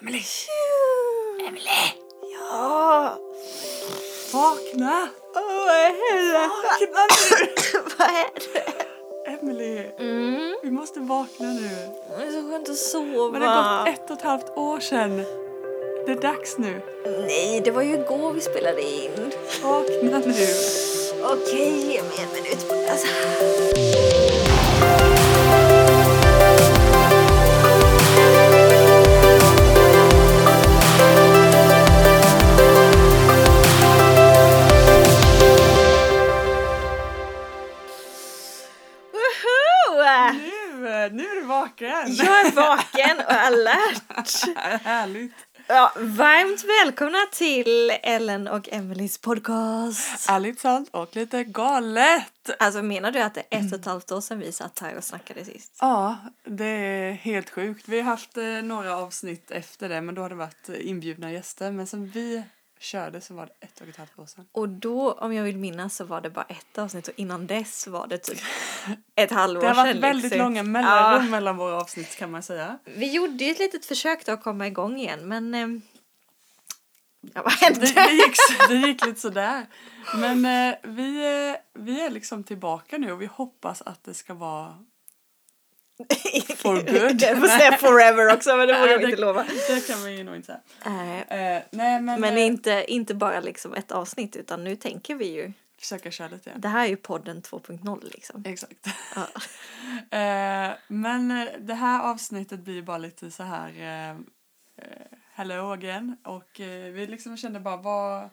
Emily. Emily. Ja. Vakna! Åh, vad händer? Vakna nu! Vad händer? Emily, Mm. vi måste vakna nu. Det är så skönt att sova. Men det har gått ett och ett halvt år sedan. Det är dags nu. Nej, det var ju igår vi spelade in. Vakna nu. Okej, ge mig en minut. Alltså. Woho! Nu, nu är du vaken. Jag är vaken och alert. Härligt. Ja, varmt välkomna till Ellen och Emelies podcast. Ärligt sant och lite galet. Alltså menar du att det är ett och ett halvt år sedan vi satt här och snackade sist? Ja, det är helt sjukt. Vi har haft eh, några avsnitt efter det, men då har det varit eh, inbjudna gäster. Men sen vi körde så var det ett och ett halvt år sedan. Och då, om jag vill minnas, så var det bara ett avsnitt och innan dess var det typ ett halvår Det har sedan. varit väldigt liksom. långa mellanrum Ja. mellan våra avsnitt kan man säga. Vi gjorde ju ett litet försök då att komma igång igen, men... ehm, Ja, vad hände? Det, det, gick, så- det gick lite sådär. Men eh, vi, eh, vi är liksom tillbaka nu och vi hoppas att det ska vara... For good. Jag får säga forever också, men det vågar vi Nej, inte lova. Det kan vi ju nog inte säga. Nej, Eh, nej, men, Men eh, inte, inte bara liksom ett avsnitt, utan nu tänker vi ju... försöka köra lite igen. Det här är ju podden 2.0 liksom. Exakt. Ja. Eh, men eh, det här avsnittet blir bara lite så här eh, eh, hello again och eh, vi liksom kände bara vad,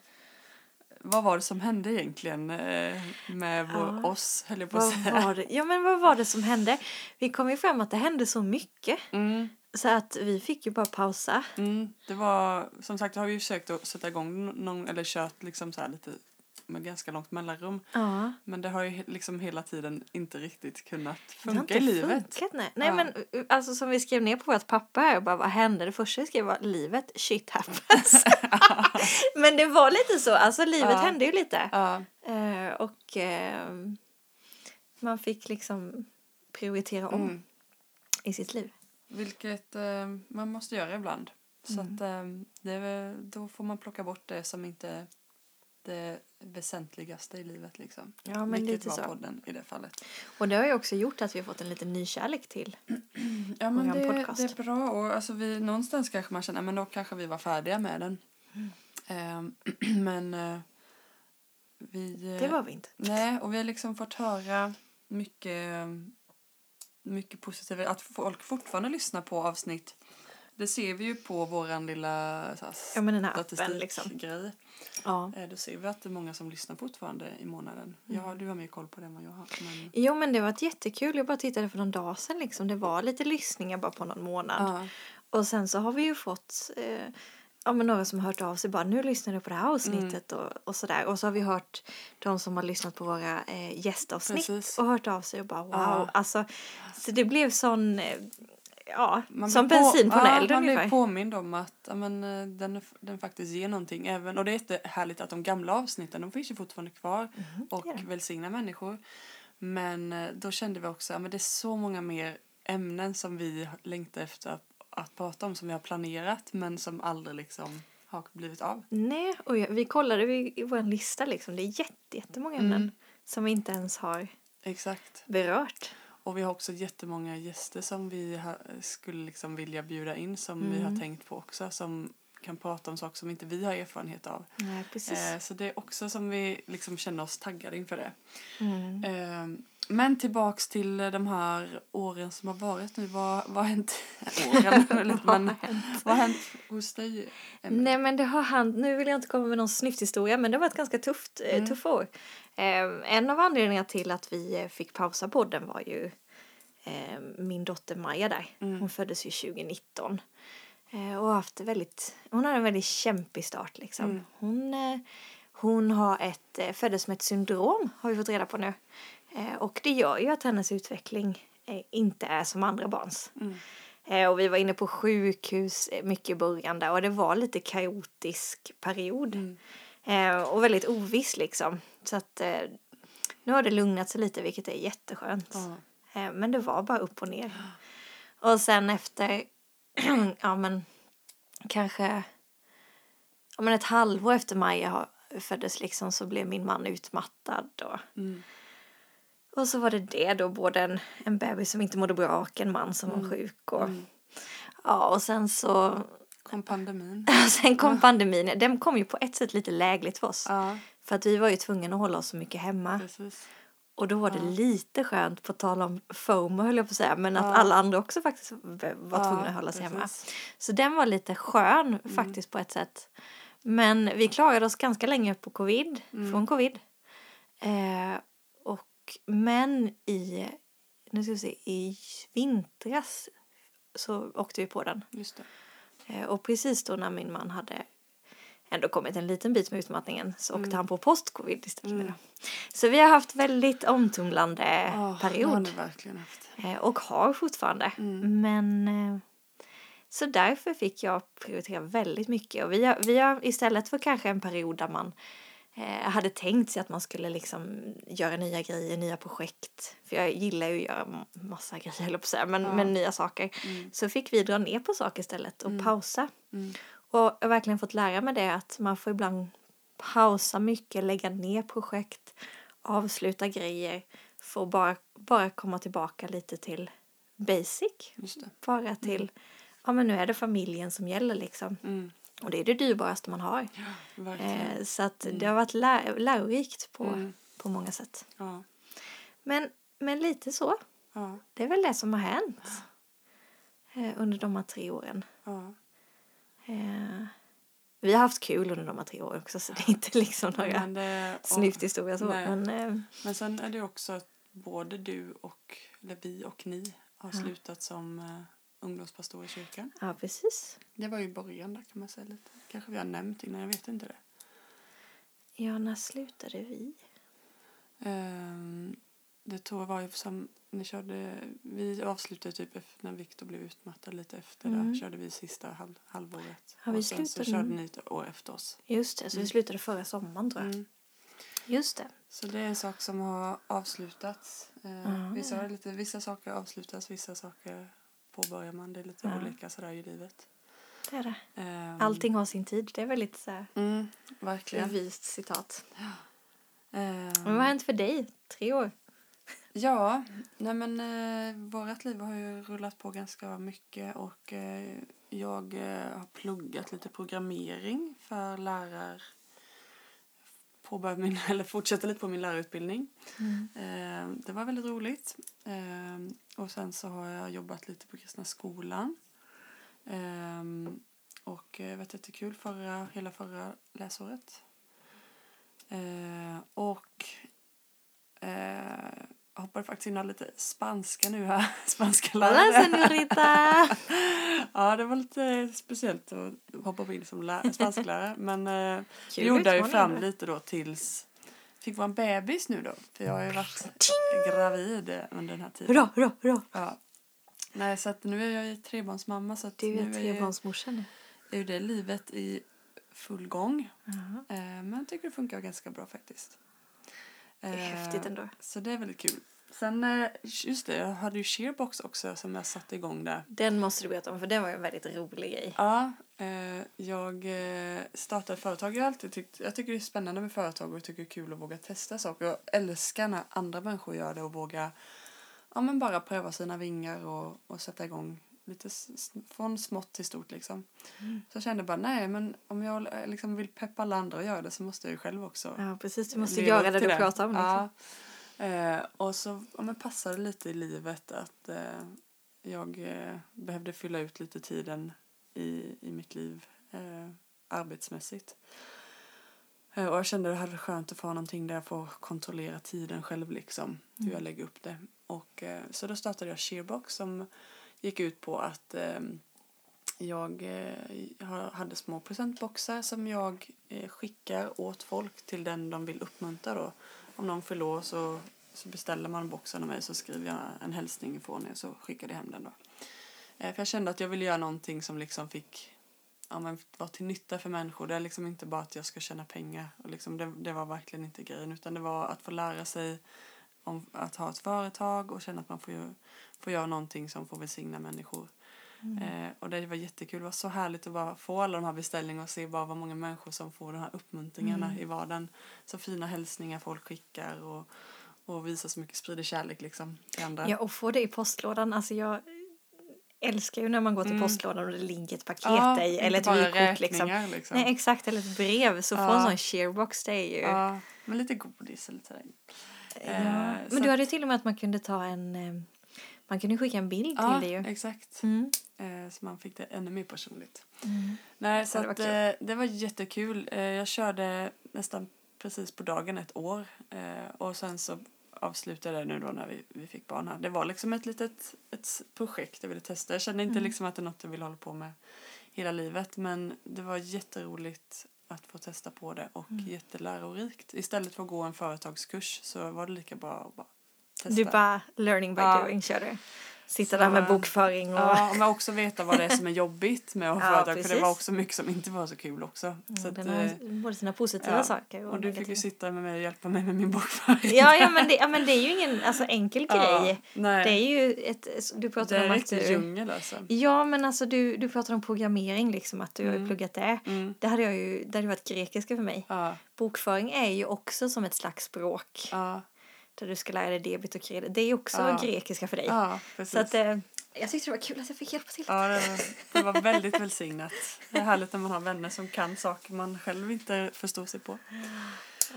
vad var det som hände egentligen eh, med vår, Ja. oss höll jag på att Vad säga. var det? Ja, men vad var det som hände? Vi kom ju fram att det hände så mycket Mm, så att vi fick ju bara pausa. mm, det var som sagt har vi ju försökt att sätta igång nå- någon eller kört liksom så här lite med ganska långt mellanrum Ja, men det har ju he- liksom hela tiden inte riktigt kunnat det har funka inte i livet. funkat. Nej, nej Ja. men uh, alltså som vi skrev ner på vårt papper här, bara vad hände? Det första vi skrev var livet, shit happens. men det var lite så, alltså livet Ja. hände ju lite. Ja, Eh, och ehm, man fick liksom prioritera om mm. i sitt liv. Vilket eh, man måste göra ibland. Så Mm. att, eh, det är, väl- då får man plocka bort det som inte är det väsentligaste i livet. Liksom. Ja, men Vilket lite var så. podden i det fallet. Och det har ju också gjort att vi har fått en liten ny kärlek till. Ja, men Våran det, podcast. det är bra. Och, alltså, vi, någonstans kanske man känner men då kanske vi var färdiga med den. Mm. Eh, men eh, vi... eh, Det var vi inte. Nej, och vi har liksom fått höra mycket, mycket positivt. Att folk fortfarande lyssnar på avsnitt. Det ser vi ju på våran lilla så här, Ja, men den här appen statistikgrej. liksom. Ja. Eh, Då ser vi att det är många som lyssnar fortfarande i månaden. Mm. Ja, du har mer koll på det än vad jag har. Men, Jo men det var ett jättekul, jag bara tittade för någon dag sedan liksom. Det var lite lyssningar bara på någon månad. ja. Och sen så har vi ju fått eh, ja, men några som har hört av sig bara nu lyssnar du på det Mm. här avsnittet och, och sådär. Och så har vi hört de som har lyssnat på våra eh, gästavsnitt Precis. och hört av sig och bara wow. Ja. Alltså, så det blev sån, eh, ja, Man som blir på- bensin på en ja, eld Man ungefär. blir påmind om att ja, men, eh, den, den faktiskt ger någonting. Även, och det är jättehärligt att de gamla avsnitten de finns ju fortfarande kvar och det är det. välsignar människor. Men eh, då kände vi också att men det är så många mer ämnen som vi längtar efter att, att prata om som vi har planerat men som aldrig liksom har blivit av. Nej, och jag, vi kollade i, i vår lista liksom. Det är jätte, jättemånga ämnen Mm. som vi inte ens har Exakt. berört. Och vi har också jättemånga gäster som vi har, skulle liksom vilja bjuda in som vi Mm. har tänkt på också som kan prata om saker som inte vi har erfarenhet av. Nej, precis. Eh, så det är också som vi liksom känner oss taggade inför det. Mm. Eh, men tillbaks till eh, de här åren som har varit nu. Vad, vad har hänt? Åren, men, Vad har Mm. vad har hänt hos dig? Emelie? Nej men det har han, nu vill jag inte komma med någon snyfthistoria men det har varit ganska tufft, mm. Mm. tuffa år. Ehm, en av anledningarna till att vi eh, fick pausa podden var ju ehm, min dotter Maja där. Mm. Hon föddes ju 2019. Eh, och har haft det väldigt, hon har en väldigt kämpig start liksom. Mm. Hon, eh, hon har ett, eh, föddes med ett syndrom har vi fått reda på nu. Eh, och det gör ju att hennes utveckling eh, inte är som andra barns. Mm. Eh, Och vi var inne på sjukhus eh, mycket i början där och det var lite kaotisk period. Mm. Eh, Och väldigt oviss liksom. Så att eh, nu har det lugnat sig lite vilket är jätteskönt. Ja. Eh, Men det var bara upp och ner. Och sen efter ja, men kanske om ett halvår efter Maja har- föddes liksom så blev min man utmattad. Och, Mm. och så var det det då, både en, en bebis som inte mådde bra och en man som Mm. var sjuk. Och, Ja, och sen så Kom pandemin. sen kom pandemin. Den kom ju på ett sätt lite lägligt för oss. Ja, För att vi var ju tvungna att hålla oss så mycket hemma. precis. Och då var det Ja. lite skönt, på tal om FOMO höll jag på att säga, men att Ja. alla andra också faktiskt v- var Ja, tvungna att hålla sig hemma. precis. Mm. Så den var lite skön faktiskt på ett sätt. Men vi klarade oss ganska länge på covid, Mm. från covid. Eh, och, men i, nu ska vi se, i vintras så åkte vi på den. Just det. Eh, Och precis då när min man hade ändå kommit en liten bit med utmattningen så åkte han på post-covid istället. Mm. Så vi har haft väldigt omtumlande Åh, Det har period ni verkligen haft. eh, och har fortfarande. Mm. Men eh, så därför fick jag prioritera väldigt mycket och vi har, vi har istället för kanske en period där man eh, hade tänkt sig att man skulle liksom göra nya grejer, nya projekt. För jag gillar ju att göra m- massa grejer, höll jag på att säga, men, men nya saker. Så fick vi dra ner på saker istället och pausa. Och jag har verkligen fått lära mig det att man får ibland pausa mycket, lägga ner projekt, avsluta grejer för att bara, bara komma tillbaka lite till basic. Just det. Bara till, ja men nu är det familjen som gäller liksom. Mm. Och det är det dyrbaraste man har. Ja, verkligen. Eh, så att det har varit lä- lärorikt på, Mm. på många sätt. Ja. Men, men lite så. Ja. Det är väl det som har hänt eh, under de här tre åren. Ja. Eh, vi har haft kul under de här tre åren också så det är inte liksom några Men, det, och, snyft historia så. nej. Men, eh, men sen är det också att både du och, eller vi och ni har slutat som eh, ungdomspastor i kyrkan. ja, precis. Det var ju i början där kan man säga lite. Kanske vi har nämnt innan, jag vet inte det. Ja, när slutade vi? Ehm, det tror jag var ju som ni körde, vi avslutade typ efter- när Viktor blev utmattad lite efter Mm. där körde vi sista halv, halvåret. Ja, vi och sen så slutade körde nu. ni ett år efter oss. Just det, så vi slutade förra sommaren tror jag. Mm. Just det. Så det är en sak som har avslutats. Eh, Ja, vissa, har lite, vissa saker avslutas, vissa saker påbörjar man. Det är lite Ja. olika sådär i livet. det, är det. Ehm, Allting har sin tid. Det är väldigt så här, Mm, verkligen. vist citat. Ehm, Men vad har hänt för dig? Tre år? Ja, nej men eh, vårt liv har ju rullat på ganska mycket och eh, jag eh, har pluggat lite programmering för lärar... Påbörjat min, eller fortsätter lite på min lärarutbildning. Mm. Eh, det var väldigt roligt. Eh, och sen så har jag jobbat lite på Kristna skolan. Eh, och eh, varit jättekul förra, hela förra läsåret. Eh, och eh, jag hoppade faktiskt in och hade lite spanska nu här. Spanska Hola lärare. senorita! Ja, det var lite speciellt att hoppa in som lä- spansklärare. Men eh, det Kul gjorde jag ju utmaning fram ändå. lite då tills fick vara en bebis nu då. För jag har ju varit gravid under den här tiden. Hurra, hurra, hurra! Ja. Nej, så att nu är jag ju trebarnsmamma så att Du är nu är ju, trebarnsmorsa nu. är ju det livet i full gång. Ja. Eh, men jag tycker det funkar ganska bra faktiskt. Eh, är häftigt ändå. Så det är väldigt kul. Sen, eh, just det, jag hade ju Sheerbox också som jag satte igång där. Den måste du berätta om för den var ju en väldigt rolig grej. Ja, eh, jag eh, startar företag. Jag, har alltid tyckt, jag tycker det är spännande med företag och jag tycker det är kul att våga testa saker. Jag älskar när andra människor gör det och våga ja, men bara pröva sina vingar och, och sätta igång lite s- s- från smått till stort liksom. Så jag kände bara nej men om jag eh, liksom vill peppa alla andra att göra det så måste jag ju själv också Ja, precis. Du måste leva göra upp det du till pratar om. Liksom. Ja. Eh, och så ja, men passade lite i livet att eh, jag eh, behövde fylla ut lite tiden i, i mitt liv eh, arbetsmässigt. Eh, och jag kände att det hade varit skönt att få ha någonting där jag får kontrollera tiden själv liksom, hur jag lägger upp det. Och, eh, så då startade jag Sheerbox som gick ut på att ehm, jag eh, har- hade små presentboxar som jag eh, skickar åt folk till den de vill uppmuntra. Då. Om någon fyller år så, så beställer man boxen av mig så skriver jag en hälsning ifrån er så skickar jag hem den. Då. Eh, för jag kände att jag ville göra någonting som liksom fick ja, men, vara till nytta för människor. Det är liksom inte bara att jag ska tjäna pengar. Och liksom, det, det var verkligen inte grejen utan det var att få lära sig om att ha ett företag och känna att man får, ju, får göra någonting som får välsigna människor. Eh, och det var jättekul. Det var så härligt att bara få alla de här beställningarna och se bara vad många människor som får de här uppmuntringarna i vardagen. Så fina hälsningar folk skickar och, och visar så mycket, sprider kärlek liksom till andra. Ja, och få det i postlådan. Alltså jag älskar ju när man går till Mm. postlådan och det ligger ett paket Ja, i inte eller ett bara vykort liksom. räkningar, liksom. Nej, exakt, eller ett brev. Så få Ja. en sån cheerbox, det är ju... Ja, men lite godis eller sådär. Ja. Eh, så Men du att- hade ju till och med att man kunde ta en... eh, Man kunde skicka en bild Ja, till det ju. exakt. Mm. Eh, så man fick det ännu mer personligt. Mm. Nej, så Ja, det var att, eh, det var jättekul. Eh, jag körde nästan precis på dagen ett år eh, och sen så avslutade jag det nu då när vi, vi fick barn här. Det var liksom ett litet ett s- projekt jag ville testa. Jag kände inte Mm. liksom att det är något jag ville hålla på med hela livet men det var jätteroligt att få testa på det och Mm. jättelärorikt. Istället för att gå en företagskurs så var det lika bra att bara testa. Du bara learning by Ja. doing kör du. Sitta Så, där med eh, bokföring och... Ja, men också veta vad det är som är jobbigt med att Ja, ha företag. För det precis. var också mycket som inte var så kul också. Så Mm, att, den eh, har både sina positiva ja. saker och, och du fick ju negativa. sitta med mig och hjälpa mig med min bokföring. Ja, ja, men det, ja, men det är ju ingen alltså, enkel Ja, grej. nej. Det är ju ett... Du det pratade är om en att riktig du... djungel alltså. Ja, men alltså du, du pratade om programmering, liksom att du har Mm. ju pluggat det. Mm. Det hade, jag ju, det hade varit grekiska för mig. Ja, Bokföring är ju också som ett slags språk. ja, Där du ska lära dig debit och kredit. Det är ju också Ja. grekiska för dig. ja, precis. så att, eh, jag tyckte det var kul att jag fick hjälpa till. Ja, det var, det var väldigt välsignat. Det är härligt när man har vänner som kan saker man själv inte förstår sig på.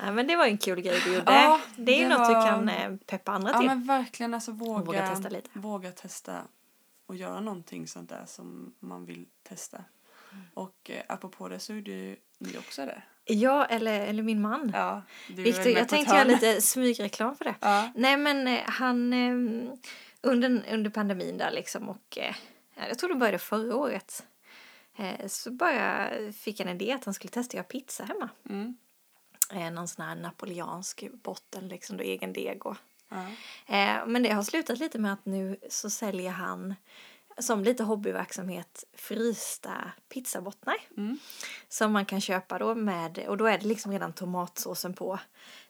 Ja, men det var ju en kul grej du gjorde. Ja, det är ju det något var- du kan eh, peppa andra Ja, till. men verkligen alltså våga, våga testa lite. våga testa och göra någonting sånt där som man vill testa. Mm. Och eh, apropå det så gjorde ju ni också det. Ja, eller, eller min man. Ja, du är Victor, med på jag ett tänkte göra hörn. lite smygreklam för det. Ja. Nej, men eh, han... Eh, under, under pandemin där liksom och... Eh, jag tror det började förra året. Eh, så bara fick han en idé att han skulle testa att göra pizza hemma. Mm. Eh, någon sån här napoleansk botten liksom, då egen deg och... Ja. Eh, men det har slutat lite med att nu så säljer han som lite hobbyverksamhet frysta pizzabottnar. Mm. Som man kan köpa då med, och då är det liksom redan tomatsåsen på.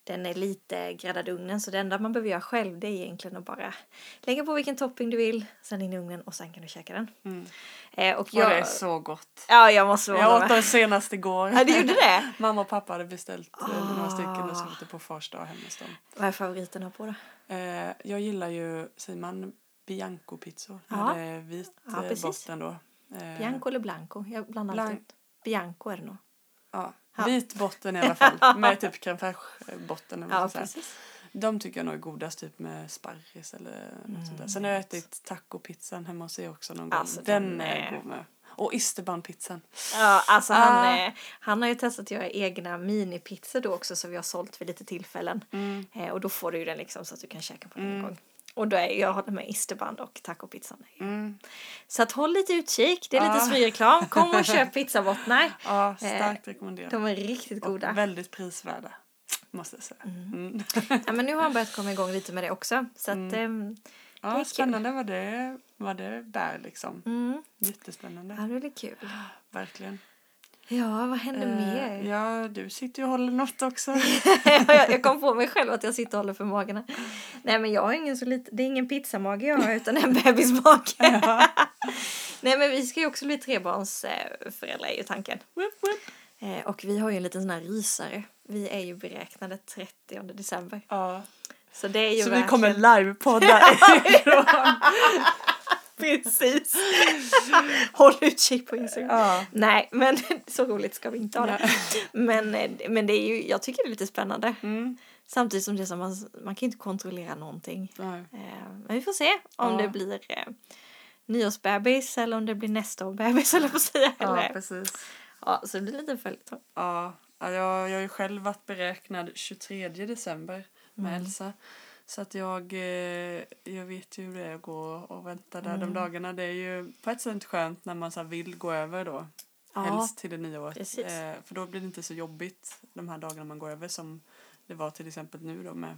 Den är lite gräddad i ugnen så det enda man behöver göra själv det är egentligen att bara lägga på vilken topping du vill, sen in i ugnen och sen kan du käka den. Mm. Eh, och Och det är jag, så gott. ja, jag måste vara Jag åt med. det senast igår. Ja, du gjorde det? Mamma och pappa hade beställt eh, några Ah. stycken och så åt det på fars dag hemma hos dem. Vad är favoriterna på då? Eh, jag gillar ju, säger man bianco-pizzor? Ja. När det är vit Ja, eh, precis. botten då. Eh, Bianco eller Blanco? Jag blandar Blan- alltid ut. Bianco är det nog. Ja. Ja. Vit botten i alla fall, med typ crème fraiche-botten. eller vad Ja, man ska säga. precis. De tycker jag nog är godast, typ med sparris eller något sånt där. Sen har jag ätit tacopizzan hemma hos er också någon gång. Mm. Alltså, den den är är- god med. Och isterbandpizzan. Ja, alltså Ah. han, eh, han har ju testat att göra egna minipizzor då också som vi har sålt vid lite tillfällen. Mm. Eh, och då får du ju den liksom så att du kan käka på den Mm. en gång. Och då är jag håller med isterband och tacopizzan. Mm. Så att håll lite utkik, det är Ah. lite smygreklam. Kom och köp pizzabottnar. Ja, starkt rekommenderat. Eh, De är riktigt Och goda. väldigt prisvärda, måste jag säga. Mm. Ja, men nu har han börjat komma igång lite med det också. Så att, ehm, är Ja, kul. spännande vad det, vad det bär liksom. mm, Jättespännande, ja, det blir kul. verkligen. Ja, vad händer Eh, mer? ja, du sitter ju och håller något också. jag jag kom på mig själv att jag sitter och håller för magarna. Nej men jag har ingen så lite, det är ingen pizzamage jag har utan en bebismage. Nej men vi ska ju också bli trebarnsföräldrar är ju tanken. Woop, woop. Eh, Och vi har ju en liten sån här rysare. Vi är ju beräknade 30 december. Ja. Så det är ju Så vi verkligen- kommer livepodda ifrån. Precis. Håll utkik på Instagram. Ja. Nej men så roligt ska vi inte ha det. Men, eh, men det är ju, jag tycker det är lite spännande. Mm. Samtidigt som det är som man, man kan ju inte kontrollera någonting. Nej. Eh, Men vi får se om Ja. det blir eh, nyårsbebis eller om det blir nästa år bebis eller på att säga. Ja, Eller, precis. ja, så det blir lite följetong. Ja, ja, jag, jag har ju själv varit beräknad 23 december med Mm. Elsa. Så att jag, eh, jag vet ju hur det är att gå och vänta där Mm. de dagarna. Det är ju på ett sätt skönt när man så här vill gå över då. Ja. Helst till det nya året. Precis. Eh, för då blir det inte så jobbigt de här dagarna man går över som det var till exempel nu då med,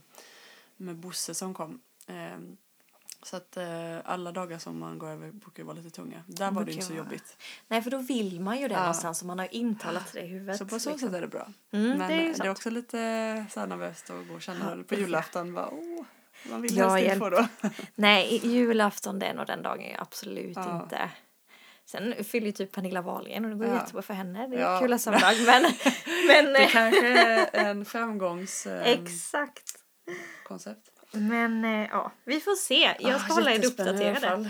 med Bosse som kom. Eh, så att eh, alla dagar som man går över brukar ju vara lite tunga. Där var det brukar ju inte så vara- jobbigt. Nej, för då vill man ju det Ja. någonstans och man har intalat det i huvudet. Så på så liksom. sätt är det bra. Mm, Men det är ju eh, det är sant. också lite så här nervöst att gå och känna på julafton. Bara, åh, man vill Ja, helst inte hjälp. få då. Nej, i- julafton det är nog den dagen jag absolut Ja. inte Sen fyller ju typ Pernilla Wahlgren och det går Ja. jättebra jättebra för henne. Det är är Ja. ja. kul kul att att samlag, men... men eh, Det kanske är en framgångskoncept. exakt. koncept. Men eh, ja, vi får se. Jag ska Ah, hålla er jättespännande i alla uppdaterade.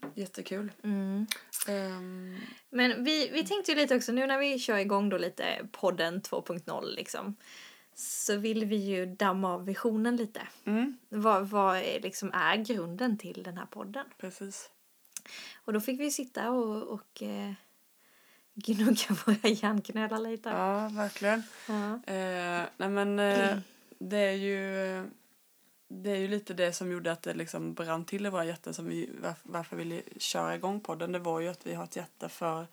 fall. Jättekul. Mm. Ehm, Men vi, vi tänkte ju lite också, nu när vi kör igång då lite podden 2.0 liksom. Så vill vi ju damma av visionen lite. mm, Vad, vad är, liksom är grunden till den här podden? precis. Och då fick vi sitta och, och eh, gnugga våra hjärnknölar lite. Ja, verkligen. Ja. Eh, nej men eh, det är ju det är ju lite det som gjorde att det liksom brann till i våra hjärtan som vi varf- varför vi ville köra igång podden det var ju att vi har ett hjärta för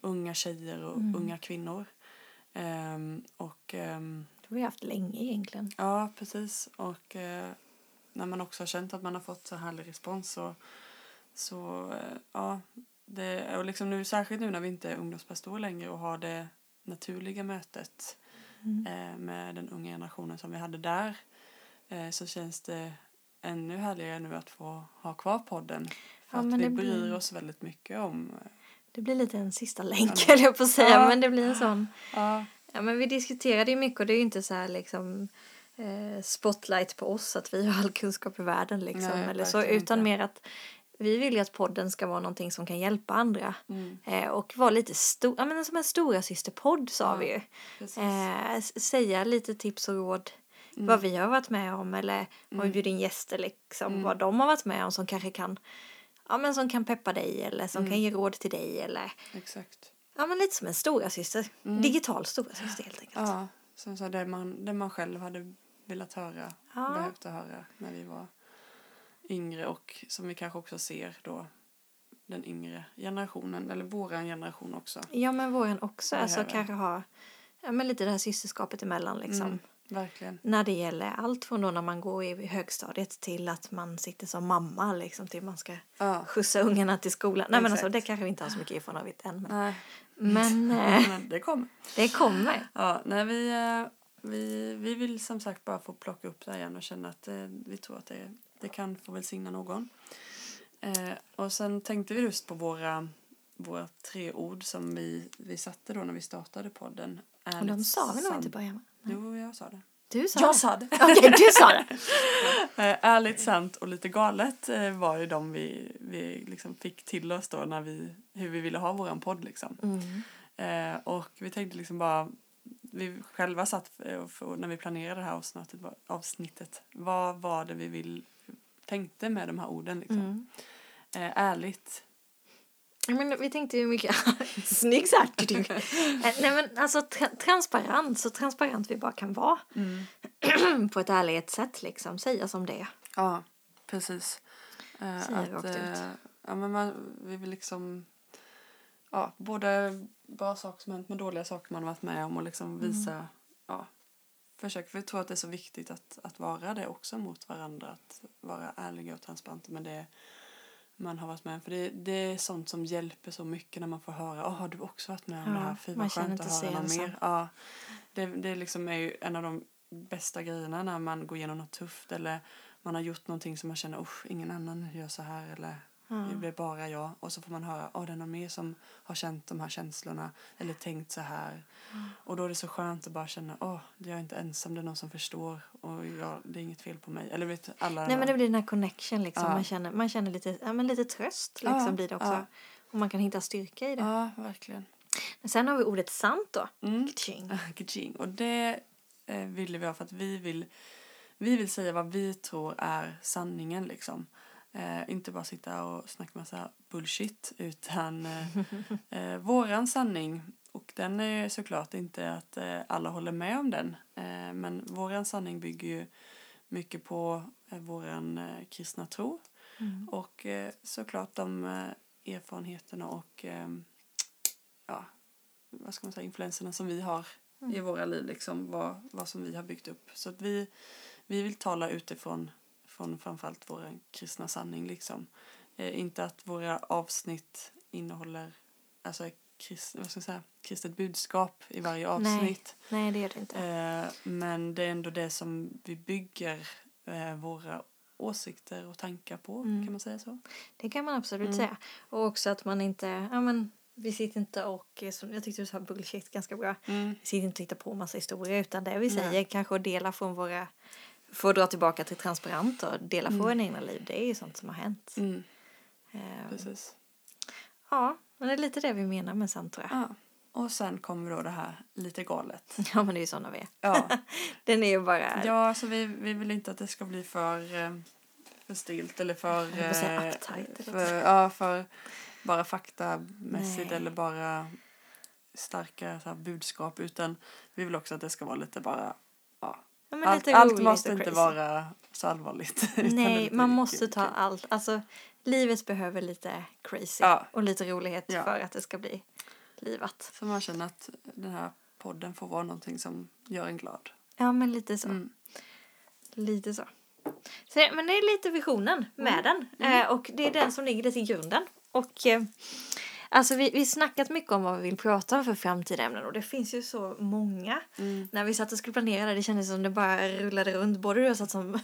unga tjejer och Mm. unga kvinnor. Ehm, och ehm, Det har vi haft länge egentligen. ja, precis. Och eh, när man också har känt att man har fått så härlig respons så, så eh, ja, det, och liksom nu särskilt nu när vi inte är ungdomspastor längre och har det naturliga mötet Mm. eh, med den unga generationen som vi hade där eh, så känns det ännu härligare nu att få ha kvar podden. För Ja, att men vi det blir- bryr oss väldigt mycket om... eh, Det blir lite en sista länk höll jag på att säga. Ja. Men det blir en sån. Ja, Ja men vi diskuterade ju mycket och det är ju inte så här liksom eh, spotlight på oss att vi har all kunskap i världen liksom. Nej, eller så, verkligen utan inte. mer att vi vill ju att podden ska vara någonting som kan hjälpa andra. mm, Eh, och vara lite stor, ja men som en stora systerpodd sa Ja, vi ju. precis. Eh, s- säga lite tips och råd. Mm. Vad vi har varit med om eller om Mm. vi bjuder in gäster liksom. Mm. Vad de har varit med om som kanske kan Ja men som kan peppa dig eller som Mm. kan ge råd till dig eller Exakt. Ja, men lite som en stora syster. Mm. Digital stora syster helt enkelt. Ja, som sa, det, man, det man själv hade velat höra, Ja. behövt att höra när vi var yngre och som vi kanske också ser då den yngre generationen, eller våran generation också. Ja, men våren också. Alltså Behöver. kanske ha ja, men lite det här systerskapet emellan liksom. Mm, verkligen. När det gäller allt från då när man går i högstadiet till att man sitter som mamma liksom till man ska Ja. skjutsa ungarna till skolan. Nej men alltså Exakt. det kanske vi inte har så mycket erfarenhet än. Men, Nej, men eh, men det kommer. det kommer. Ja, nej, vi, eh, vi, vi vill som sagt bara få plocka upp det här igen och känna att eh, vi tror att det, det kan få välsigna någon. Eh, och sen tänkte vi just på våra, våra tre ord som vi, vi satte då när vi startade podden. Och de Ärligt sa vi nog sam- inte bara hemma. Jo, jag sa det. Du sa Jag det. sa det! Okej, du sa det. Eh, ärligt, sant och lite galet eh, var ju de vi, vi liksom fick till oss då när vi, hur vi ville ha våran podd liksom. Mm. Eh, och vi tänkte liksom bara, vi själva satt eh, och för, när vi planerade det här avsnittet, vad- avsnittet vad var det vi vill, tänkte med de här orden liksom. Mm. Eh, ärligt. Ja, Men vi tänkte ju mycket... Snygg så här. Eh, Nej men alltså tra- transparent, så transparent vi bara kan vara. Mm. på ett ärlighetssätt liksom, säga som det är. Ja, precis. Eh, Säger rakt ut. eh, Ja, men man, vi vill liksom, ja, både bra saker som hänt men dåliga saker man har varit med om och liksom Mm. visa, ja, försök. För jag tror att det är så viktigt att, att vara det också mot varandra, att vara ärliga och transparenta med det man har varit med om. För det, det är sånt som hjälper så mycket när man får höra, oh, har du också varit med om det Ja, här? Fy man vad känner skönt att inte höra sig någon ensam. mer. Ja, det, det liksom är ju en av de bästa grejerna när man går igenom något tufft eller man har gjort någonting som man känner, usch, ingen annan gör så här eller det blir bara jag. Och så får man höra, åh det är någon mer som har känt de här känslorna eller tänkt så här. Och då är det så skönt att bara känna, åh, jag är inte ensam, det är någon som förstår och jag, det är inget fel på mig. Eller vet du, alla... Nej men det blir den här connection liksom, Ja. man, känner, man känner lite, ja, men lite tröst liksom Ja, blir det också. ja. Och man kan hitta styrka i det. Ja, verkligen. Men Sen har vi ordet sant då. Mm. Ka-ching. Kaching. Och det eh, ville vi ha för att vi vill, vi vill säga vad vi tror är sanningen liksom. Eh, inte bara sitta och snacka massa bullshit utan eh, eh, våran sanning och den är ju såklart inte att eh, alla håller med om den eh, men våran sanning bygger ju mycket på eh, våran eh, kristna tro Mm. och eh, såklart de eh, erfarenheterna och ehm, ja, vad ska man säga, influenserna som vi har i Mm. våra liv, liksom, vad, vad som vi har byggt upp. Så att vi, vi vill tala utifrån från framförallt vår kristna sanning. Liksom. Eh, inte att våra avsnitt innehåller alltså, krist, vad ska jag säga, kristet budskap i Nej. varje avsnitt. Nej det gör det inte. Eh, men det är ändå det som vi bygger eh, våra åsikter och tankar på. Mm. Kan man säga så? Det kan man absolut Mm. säga. Och också att man inte, ja men vi sitter inte och, eh, som jag tyckte du sa bullshit ganska bra. Vi sitter inte och hittar på massa historier utan det vi Nej. säger kanske och delar från våra, får dra tillbaka till transparent och dela från våra egna liv. Det är ju sånt som har hänt. Mm, Eh, precis. ja, men det är lite det vi menar med sant tror jag. Ja. Och sen kommer då det här lite galet. Ja men det är ju sådana vi är. Ja, Den är ju bara, ja så vi, vi vill inte att det ska bli för, eh, för stilt eller för... Jag vill säga eh, uptight eller för, ja, för bara faktamässigt Nej. eller bara starka så här, budskap utan vi vill också att det ska vara lite bara... Ja. ja, men Allt, lite roligt allt och måste inte crazy. vara så allvarligt. utan det är Nej, lite man måste kul, ta kul. allt. Alltså, livet behöver lite crazy Ja. och lite rolighet Ja. för att det ska bli livat. Så man känner att den här podden får vara någonting som gör en glad. Ja, men lite så. Mm. Lite så. så det, men det är lite visionen med den. Eh, och det är den som ligger lite i grunden. Och eh, alltså vi, vi har snackat mycket om vad vi vill prata om för framtida ämnen och det finns ju så många. Mm. När vi satt och skulle planera det, det kändes som det bara rullade runt. Både du och jag satt som,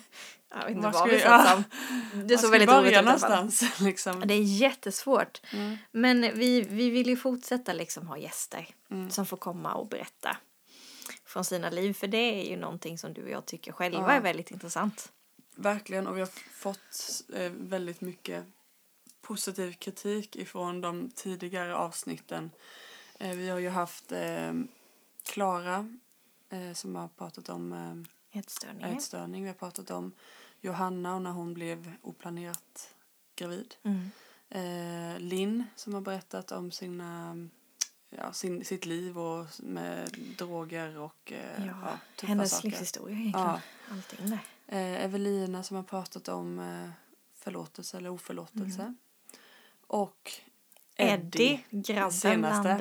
jag vet inte Var vad ska vi vi- satt ja. som. Det Man såg ska väldigt roligt ut i börja alla fall. någonstans liksom. Det är jättesvårt. Mm. Men vi, vi vill ju fortsätta liksom ha gäster Mm. som får komma och berätta från sina liv. För det är ju någonting som du och jag tycker själva Ja. är väldigt intressant. Verkligen, och vi har fått eh, väldigt mycket positiv kritik ifrån de tidigare avsnitten. Eh, vi har ju haft eh, Klara eh, som har pratat om eh, Ätstörningar. ätstörning. Vi har pratat om Johanna och när hon blev oplanerat gravid. Mm. Eh, Linn som har berättat om sina, ja, sin, sitt liv och med droger och eh, ja, Ja, tuffa hennes saker. livshistoria egentligen. Ja. Allting där. Eh, Evelina som har pratat om eh, förlåtelse eller oförlåtelse. Och Mm. Eddie, grabben senaste, bland...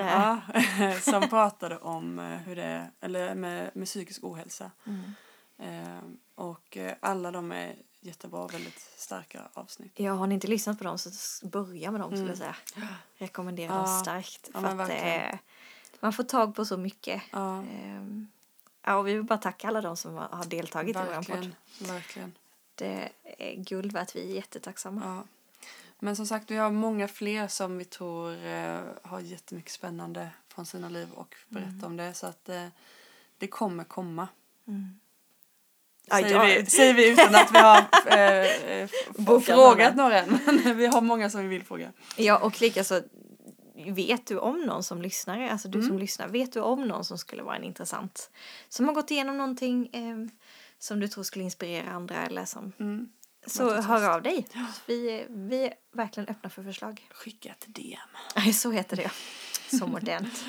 eh, ja, som pratade om eh, hur det är, eller med, med psykisk ohälsa. Mm. Eh, och eh, alla de är jättebra, väldigt starka avsnitt. Ja, har ni inte lyssnat på dem så s- börja med dem skulle jag Mm. säga. Rekommenderar Ja. dem starkt. Ja, för men att, verkligen. eh, man får tag på så mycket. Ja, Ehm, ja, och vi vill bara tacka alla de som har- har deltagit i vår podd. verkligen. verkligen. Det är guld värt. Vi är jättetacksamma. Ja. Men som sagt, vi har många fler som vi tror eh, har jättemycket spännande från sina liv och berättar Mm. om det. Så att eh, det kommer komma. Mm. Ja, Säger, ja. vi, säger vi utan att vi har eh, eh, Bokat frågat några än. Men vi har många som vi vill fråga. Ja, och likaså vet du om någon som lyssnar, alltså du Mm. som lyssnar, vet du om någon som skulle vara en intressant, som har gått igenom någonting eh, som du tror skulle inspirera andra eller som, Mm. så Låter hör trist. av dig. Vi, vi är verkligen öppna för förslag. Skicka ett DM. Nej, så heter det. Så modernt.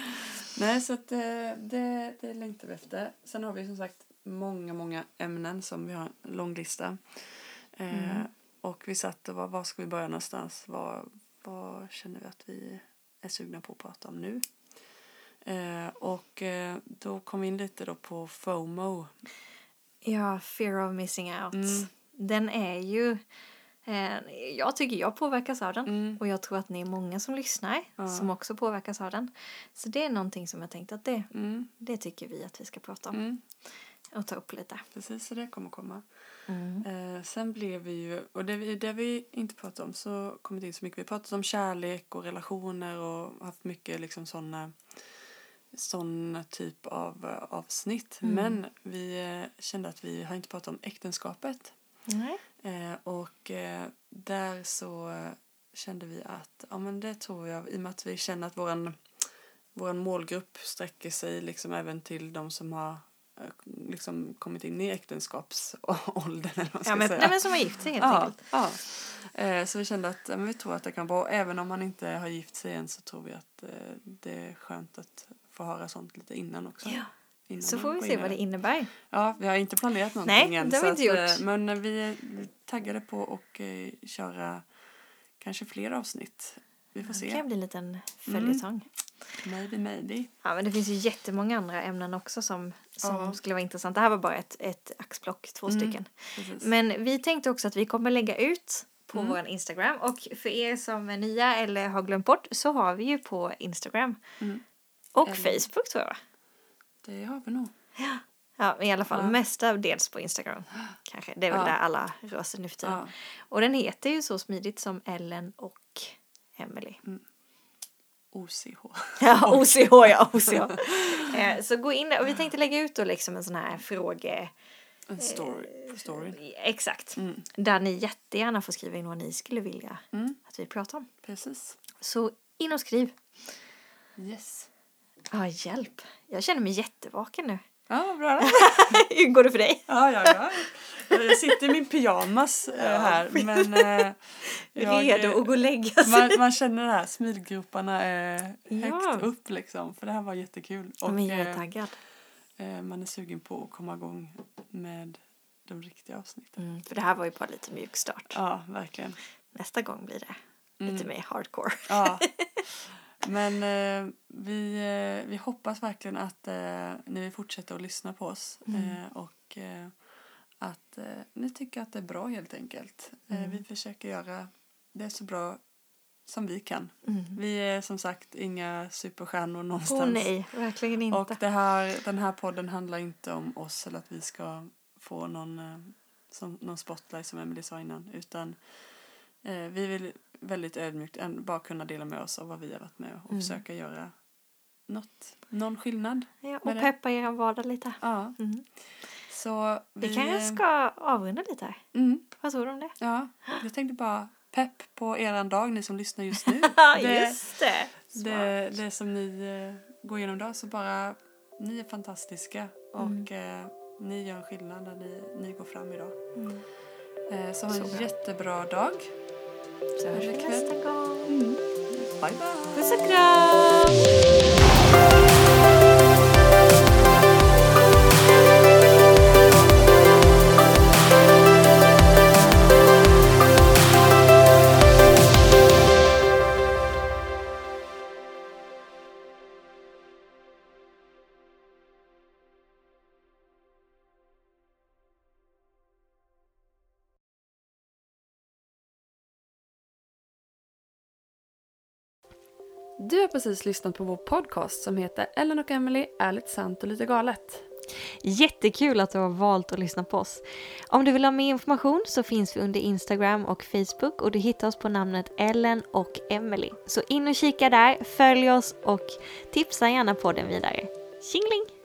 Nej, så att, eh, det, det längtar vi efter. Sen har vi som sagt många, många ämnen som vi har en lång lista. Eh, Och vi satt och var, var ska vi börja någonstans? Vad, vad känner vi att vi är sugna på att prata om nu? Eh, och eh, då kom vi in lite då på FOMO. Ja, fear of missing out. Mm. Den är ju, eh, jag tycker jag påverkas av den. Mm. Och jag tror att ni är många som lyssnar Ja. som också påverkas av den. Så det är någonting som jag tänkte att det, Mm, det tycker vi att vi ska prata om mm, och ta upp lite. precis, så det kommer komma. Mm. Eh, sen blev vi ju, och det vi, det vi inte pratade om så kommit in så mycket. Vi pratade om kärlek och relationer och haft mycket liksom sådana sån typ av eh, avsnitt. Mm. Men vi eh, kände att vi har inte pratat om äktenskapet. Nej. Eh, och eh, där så eh, kände vi att, ja men det tror jag, i och med att vi känner att våran, våran målgrupp sträcker sig liksom även till de som har eh, liksom kommit in i äktenskapsåldern eller vad man ska Ja, men, säga. nej, men som har gift sig helt Ja, enkelt. ja. Eh, så vi kände att ja, men vi tror att det kan vara, även om man inte har gift sig än så tror vi att eh, det är skönt att få höra sånt lite innan också. Ja. Innan Så man får vi går se Mm, in i vad det det. innebär. Ja, vi har inte planerat någonting Nej, än. det har så vi inte att, gjort. eh, Men vi är taggade på att eh, köra kanske fler avsnitt. Vi får Det se. Mm. kan bli en liten följetong. Maybe, maybe. Ja, men det finns ju jättemånga andra ämnen också som, som Ja. skulle vara intressant. Det här var bara ett, ett axplock, två Mm. stycken. Precis. Men vi tänkte också att vi kommer lägga ut på Mm. vår Instagram. Och för er som är nya eller har glömt bort så har vi ju på Instagram Mm. och Eller- Facebook tror jag. va? Det har vi nog. Ja, men i alla fall Ja. mestadels på Instagram. Kanske. Det är väl Ja. där alla rör sig nu för tiden. Ja. Och den heter ju så smidigt som Ellen och Emily. Mm. OCH. Ja, OCH ja, OCH. Eh, så gå in där. och vi tänkte lägga ut då liksom en sån här fråge... En Eh. story. story. Exakt. Mm. Där ni jättegärna får skriva in vad ni skulle vilja Mm. att vi pratar om. Precis. Så in och skriv. Yes. Ja, hjälp. Jag känner mig jättevaken nu. Ja, bra då. Hur går det för dig? Ja, ja, ja. Jag sitter i min pyjamas eh, här, men... eh, jag, eh, Redo att gå och lägga sig. Man, man känner det här, smilgroparna är högt Ja. upp liksom. För det här var jättekul. Och Men jag är eh, taggad. eh, man är sugen på att komma igång med de riktiga avsnitten. Mm, för det här var ju bara lite mjuk start. Ja, verkligen. Nästa gång blir det lite mer hardcore. Ja. Men eh, vi, eh, vi hoppas verkligen att eh, ni fortsätter att lyssna på oss eh, och eh, att eh, ni tycker att det är bra helt enkelt. Eh, vi försöker göra det så bra som vi kan. Vi är som sagt inga superstjärnor någonstans. Mm. Åh nej, verkligen inte. Och det här, den här podden handlar inte om oss eller att vi ska få någon, eh, som, någon spotlight som Emily sa innan utan eh, vi vill väldigt ödmjukt än- bara kunna dela med oss av vad vi har varit med och försöka göra något, någon skillnad. ja, och med det. peppa er vardag lite. Ja. Mm. Så vi, Vi kanske eh, ska avrunda lite. här. Mm, Vad tror du om det? ja, jag tänkte bara pepp på eran dag ni som lyssnar just nu. det! Smart. det, det som ni eh, går igenom idag så bara ni är fantastiska och eh, ni gör en skillnad när ni, ni går fram idag. Mm. Eh, så ha Så en bra. jättebra dag. Så hörs vi Kväll. nästa gång. Bye bye! Puss och kram! Du har precis lyssnat på vår podcast som heter Ellen och Emily ärligt sant och lite galet. Jättekul att du har valt att lyssna på oss. Om du vill ha mer information så finns vi under Instagram och Facebook och du hittar oss på namnet Ellen och Emily. Så in och kika där, följ oss och tipsa gärna podden vidare. Tjingeling!